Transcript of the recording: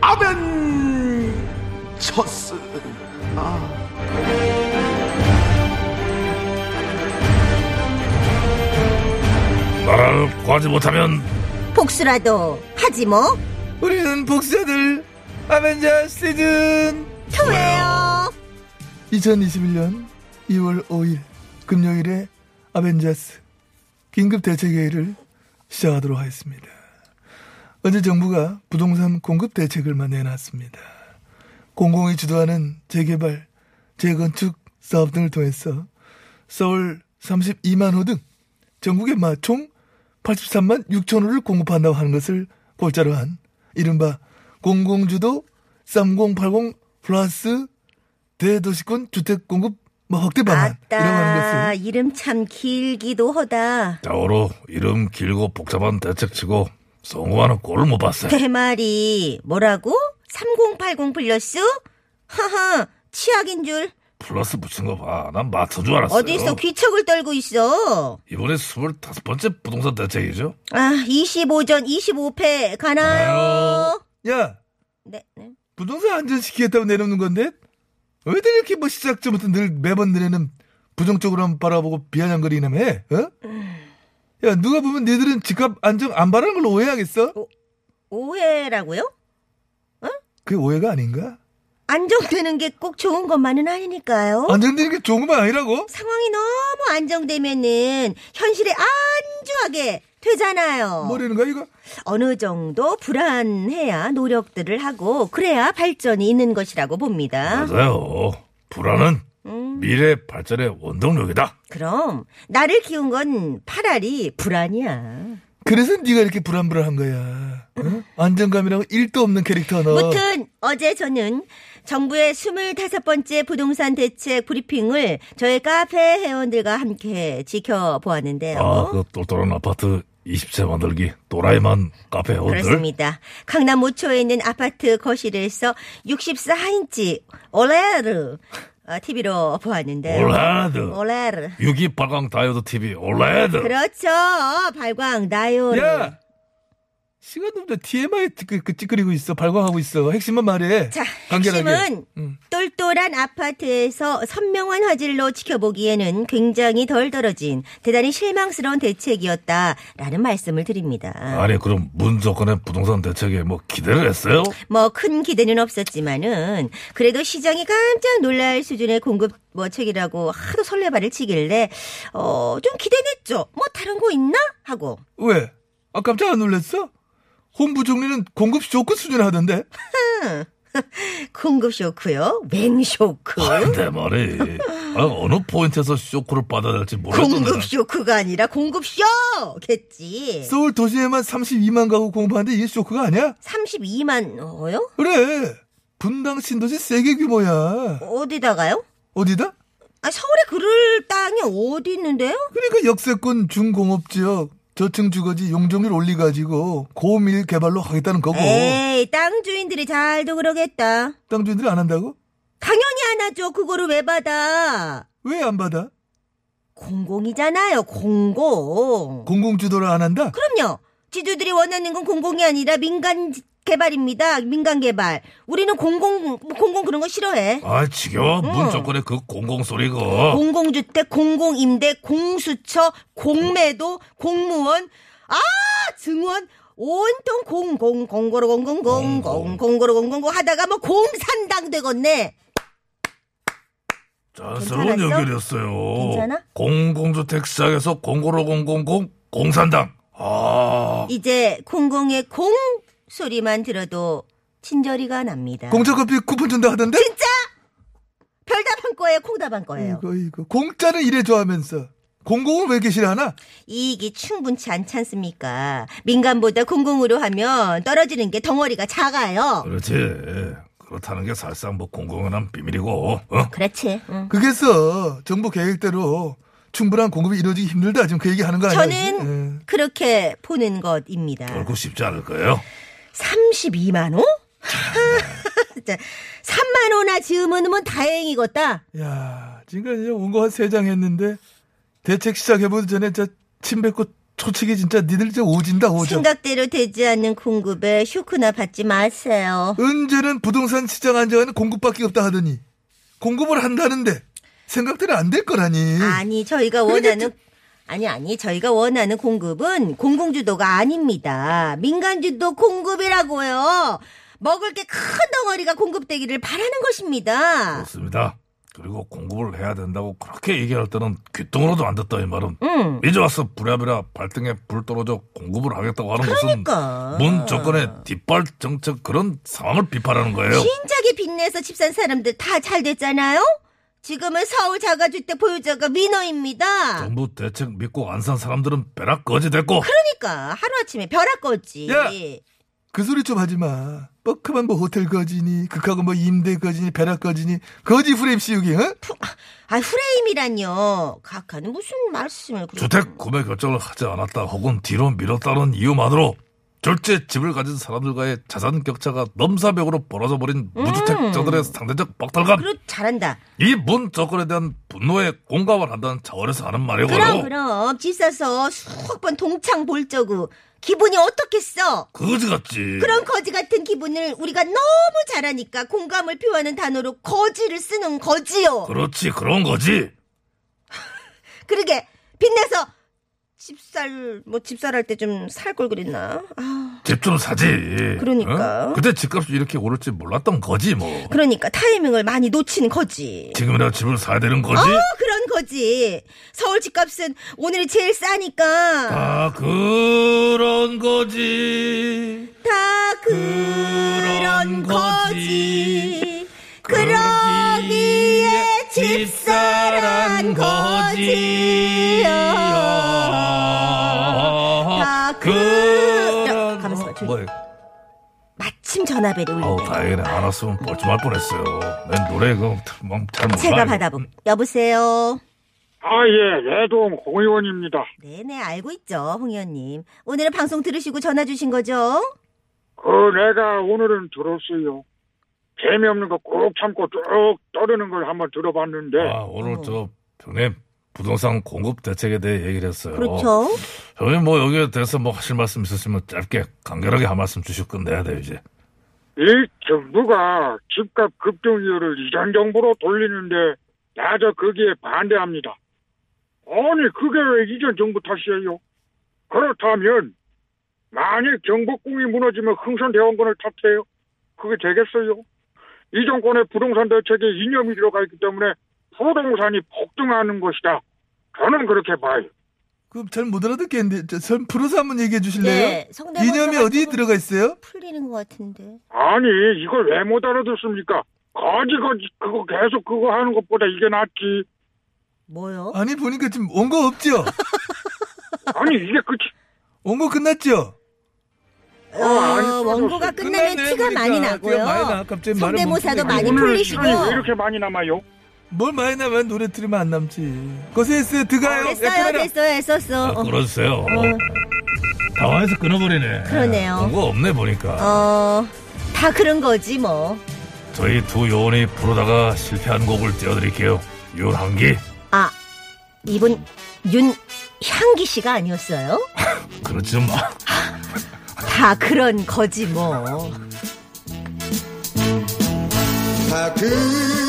아멘. 쳤스. 나라를 구하지 못하면 복수라도 하지 뭐. 우리는 복사들 아벤져 시즌 투예요. 2021년 2월 5일 금요일에 아벤자스 긴급 대책회의를 시작하도록 하겠습니다. 어제 정부가 부동산 공급 대책을만 내놨습니다. 공공이 주도하는 재개발, 재건축 사업 등을 통해서 서울 32만 호 등 전국에 마총 83만 6천 호를 공급한다고 하는 것을 골자로 한 이른바 공공주도 3080 플러스 대도시권 주택 공급 뭐 확대 방안 이라고 하는 아따, 것을 이름 참 길기도 하다. 자오로 이름 길고 복잡한 대책치고 성공하는 꼴을 못 봤어요. 대말이 뭐라고? 3080 플러스? 하하, 치약인 줄. 플러스 붙인 거 봐. 난 맞춘 줄 알았어요. 어디서 귀척을 떨고 있어. 이번에 25번째 부동산 대책이죠? 아, 25전 25패 가나요? 야 네, 네. 부동산 안전시키겠다고 내놓는 건데 왜들 이렇게 뭐 시작부터 늘 매번 내내는 부정적으로만 바라보고 비아냥거리기나 해? 어? 야 누가 보면 니들은 집값 안정 안 바라는 걸로 오해하겠어? 오해라고요? 그게 오해가 아닌가? 안정되는 게 꼭 좋은 것만은 아니니까요. 안정되는 게 좋은 건 아니라고? 상황이 너무 안정되면은 현실에 안주하게 되잖아요. 뭐라는 거야 이거? 어느 정도 불안해야 노력들을 하고 그래야 발전이 있는 것이라고 봅니다. 맞아요. 불안은 미래 발전의 원동력이다. 그럼 나를 키운 건 파라리 불안이야. 그래서 네가 이렇게 불안불안한 거야. 어? 안정감이라고 일도 없는 캐릭터 어. 너. 무튼 어제 저는 정부의 25번째 부동산 대책 브리핑을 저의 카페 회원들과 함께 지켜보았는데요. 아, 그 똘똘한 아파트 20채 만들기 또라이만 카페 회원들. 그렇습니다. 강남 5초에 있는 아파트 거실에서 64인치 올레르 아, TV로 보았는데 올레드. 올레르 6.2 발광 다이오드 TV 올레드. 그렇죠 발광 나요 야 시간 없다 TMI 찌그- 그 찌그리고 있어 발광하고 있어 핵심만 말해. 자 간결하게. 핵심은 음. 똘똘한 아파트에서 선명한 화질로 지켜보기에는 굉장히 덜 떨어진 대단히 실망스러운 대책이었다라는 말씀을 드립니다. 아니 그럼 문조건의 부동산 대책에 뭐 기대를 했어요? 뭐 큰 기대는 없었지만은 그래도 시장이 깜짝 놀랄 수준의 공급 뭐 책이라고 하도 설레발을 치길래 어 좀 기대됐죠. 뭐 다른 거 있나 하고 왜? 아 깜짝 안 놀랐어? 홈부 종리는 공급 쇼크 수준 하던데. 공급 쇼크요, 맹 쇼크. 근데 말이 아, 어느 포인트에서 쇼크를 받아야 될지 모르겠는데 공급 쇼크가 아니라 공급 쇼겠지. 서울 도시에만 32만 가구 공부하는데 이게 쇼크가 아니야? 32만 어요? 그래. 분당 신도시 세계 규모야. 어디다가요? 어디다? 아, 서울에 그럴 땅이 어디 있는데요? 그러니까 역세권 중공업 지역 저층 주거지 용적률 올리가지고 고밀 개발로 하겠다는 거고. 에이, 땅 주인들이 잘도 그러겠다. 땅 주인들이 안 한다고? 당연히 안 하죠. 그거를 왜 받아? 왜 안 받아? 공공이잖아요, 공공. 공공 주도를 안 한다? 그럼요. 지주들이 원하는 건 공공이 아니라 민간 개발입니다. 민간 개발. 우리는 공공 공공 그런 거 싫어해. 아 지겨워 응. 문조건의 그 공공 어. 소리가 음. 공공주택, 공공임대, 공수처, 공매도, 공무원, 아 증원 온통 공공 공고로 공공 공공 공고로 공공고 하다가 뭐 공산당 되겠네. 자연스러운 괜찮았어? 연결이었어요 괜찮아? 공공주택 시장에서 공고로 공공공 공산당 아 이제 공공의 공 소리만 들어도 친절이가 납니다. 공짜 커피 쿠폰 준다 하던데? 진짜 별다방 거예요, 콩다방 거예요. 이거 이거 공짜는 이래 좋아하면서 공공은 왜 이렇게 싫어하나? 이익이 충분치 않지 않습니까? 민간보다 공공으로 하면 떨어지는 게 덩어리가 작아요. 그렇지 그렇다는 게 사실상 뭐 공공연한 비밀이고 그렇죠. 어? 그렇지. 응. 그래서 정부 계획대로 충분한 공급이 이루어지기 힘들다 지금 그 얘기하는 거 아니에요? 저는 그렇게 보는 것입니다. 결코 쉽지 않을 거예요. 32만 원? 진짜 3만 원나 지으면 뭐 다행이겠다. 예. 야, 지금까지 이제 온거 한 세 장 했는데 대책 시작해보기 전에 진짜 침 뱉고 초치기 진짜 니들 이제 오진다 오죠. 생각대로 되지 않는 공급에 휴크나 받지 마세요. 은제는 부동산 시장 안정화는 공급밖에 없다 하더니 공급을 한다는데 생각대로 안 될 거라니. 아니 저희가 원하는 아니 아니 저희가 원하는 공급은 공공주도가 아닙니다. 민간주도 공급이라고요. 먹을 게 큰 덩어리가 공급되기를 바라는 것입니다. 그렇습니다. 그리고 공급을 해야 된다고 그렇게 얘기할 때는 귀뚱으로도 안 듣다 이 말은 응. 이제 와서 부랴부랴 발등에 불 떨어져 공급을 하겠다고 하는 그러니까. 것은 문 정권의 뒷발 정책 그런 상황을 비판하는 거예요. 진작에 빚내서 집산 사람들 다 잘 됐잖아요. 지금은 서울 자가주택 보유자가 민어입니다. 정부 대책 믿고 안 산 사람들은 벼락 거지 됐고 그러니까 하루아침에 벼락 껐지. 야! 그 소리 좀 하지 마. 뻑크만 뭐 호텔 거지니, 극하고 뭐 임대 거지니, 배락 거지니, 거지 프레임 씌우기, 응? 아 프레임이란요. 각하는 무슨 말씀을 그렇게- 주택 구매 결정을 하지 않았다 혹은 뒤로 미뤘다는 이유만으로 절제 집을 가진 사람들과의 자산 격차가 넘사벽으로 벌어져 버린 무주택자들의 상대적 박탈감 음. 그렇 잘한다. 이 문 정권에 대한 분노에 공감을 한다는 차원에서 하는 그럼 말이고요. 그럼 집 사서 수억 번 동창 볼 적우 기분이 어떻겠어? 거지같지. 그런 거지 같은 기분을 우리가 너무 잘하니까 공감을 표하는 단어로 거지를 쓰는 거지요. 그렇지 그런 거지. 그러게 빛내서 집살 뭐 집살할 때 좀 살 걸 그랬나? 아 집 좀 사지. 그러니까. 응? 그때 집값이 이렇게 오를 지 몰랐던 거지 뭐. 그러니까 타이밍을 많이 놓친 거지. 지금이라도 집을 사야 되는 거지. 어, 그런 거지. 서울 집값은 오늘이 제일 싸니까 아 그런 거지. 다 그런 그런 거지. 거지. 그러기에 집사란 거지요. 다 그런 야, 아, 가만있어 봐, 저기. 그 뭐야? 마침 전화벨이 아우 울린다. 다행이네 안 왔으면 벌침할 뻔했어요. 내 노래 그막잘 몰라. 제가 받아본 여보세요. 아, 예, 레동 공의원입니다. 네네 알고 있죠 홍 의원님. 오늘은 방송 들으시고 전화 주신 거죠? 그, 내가 오늘은 들었어요. 재미없는 거 꼭 참고 쭉 떠드는 걸 한번 네. 들어봤는데, 아 오늘 저 병님 부동산 공급 대책에 대해 얘기를 했어요. 그렇죠. 저희 뭐 여기에 대해서 뭐 하실 말씀 있으시면 짧게 간결하게 한 말씀 주시고 끝내야 돼요 이제. 이 정부가 집값 급등 이유를 이전 정부로 돌리는데, 나저 거기에 반대합니다. 아니, 그게 왜 이전 정부 탓이에요? 그렇다면, 만일 경복궁이 무너지면 흥선대원군을 탓해요? 그게 되겠어요? 이 정권의 부동산 대책에 이념이 들어가 있기 때문에 부동산이 폭등하는 것이다. 저는 그렇게 봐요. 그럼 잘 못 알아듣겠는데, 저, 선 풀어서 한번 얘기해 주실래요? 네, 성대모사 이념이 어디 가지고. 들어가 있어요? 풀리는 것 같은데. 아니 이걸 왜 못 알아듣습니까? 거지 거지 그거 계속 그거 하는 것보다 이게 낫지. 뭐요? 아니, 보니까 지금 온 거 없죠? 아니 이게 그치. 온 거 끝났죠? 어, 원고가 끝나면 그 끝났네, 티가 많이 그러니까. 나고요. 티가 많이 나. 갑자기 말을 성대모사도 못 많이 하겠네. 오늘 풀리시고. 어, 시간이 왜 이렇게 많이 남아요? 뭘 많이 나면 노래 들으면 안 남지. 고생했어요, 드가요. 야, 됐어요, 끊어라. 됐어요, 했었어. 아, 어, 그러세요. 당황해서 끊어버리네. 그러네요. 뭔가 없네 보니까. 어, 다 그런 거지 뭐. 저희 두 요원이 부르다가 실패한 곡을 띄워드릴게요. 윤한기. 아, 이분 윤향기 씨가 아니었어요? 그렇지 좀 마. 다 그런 거지 뭐. 다 그런